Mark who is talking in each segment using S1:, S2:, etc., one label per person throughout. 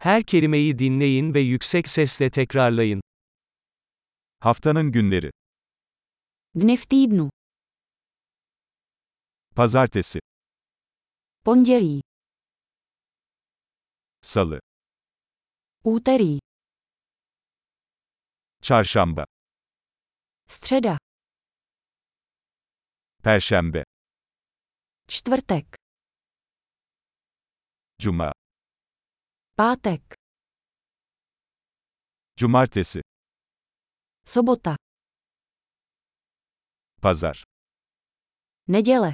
S1: Her kelimeyi dinleyin ve yüksek sesle tekrarlayın.
S2: Haftanın günleri.
S3: Dny v týdnu.
S2: Pazartesi,
S3: Pondělí.
S2: salı,
S3: Úterý.
S2: çarşamba,
S3: Středa.
S2: perşembe,
S3: Čtvrtek.
S2: cuma,
S3: Pátek.
S2: cumartesi,
S3: Sobota.
S2: pazar.
S3: Neděle.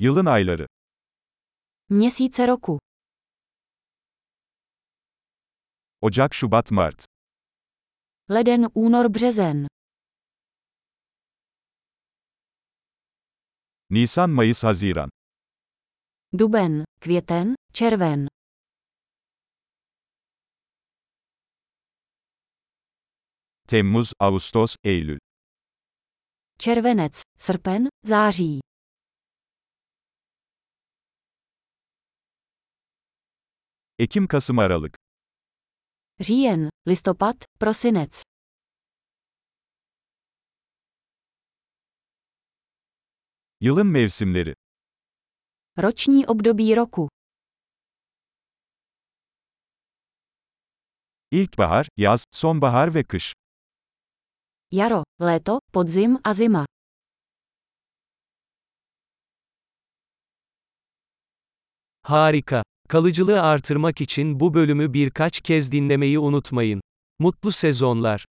S2: Yılın ayları.
S3: Měsíce roku.
S2: Ocak, Şubat, Mart.
S3: Leden, únor, březen.
S2: Nisan, Mayıs, Haziran.
S3: Duben, květen, červen.
S2: Temmuz, Ağustos, Eylül.
S3: Červenec, srpen, září.
S2: Ekim, Kasım, Aralık.
S3: Říjen, listopad, prosinec.
S2: Yılın mevsimleri.
S3: Roční období roku.
S2: İlkbahar, yaz, sonbahar ve kış.
S3: Jaro, léto, podzim a zima.
S1: Harika. Kalıcılığı artırmak için bu bölümü birkaç kez dinlemeyi unutmayın. Mutlu sezonlar.